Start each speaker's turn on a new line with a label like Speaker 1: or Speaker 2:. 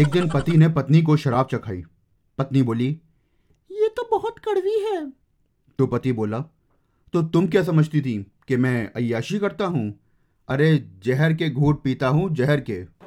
Speaker 1: एक दिन पति ने पत्नी को शराब चखाई पत्नी बोली
Speaker 2: ये तो बहुत कड़वी है
Speaker 1: तो पति बोला तो तुम क्या समझती थी कि मैं अय्याशी करता हूँ अरे जहर के घूट पीता हूँ जहर के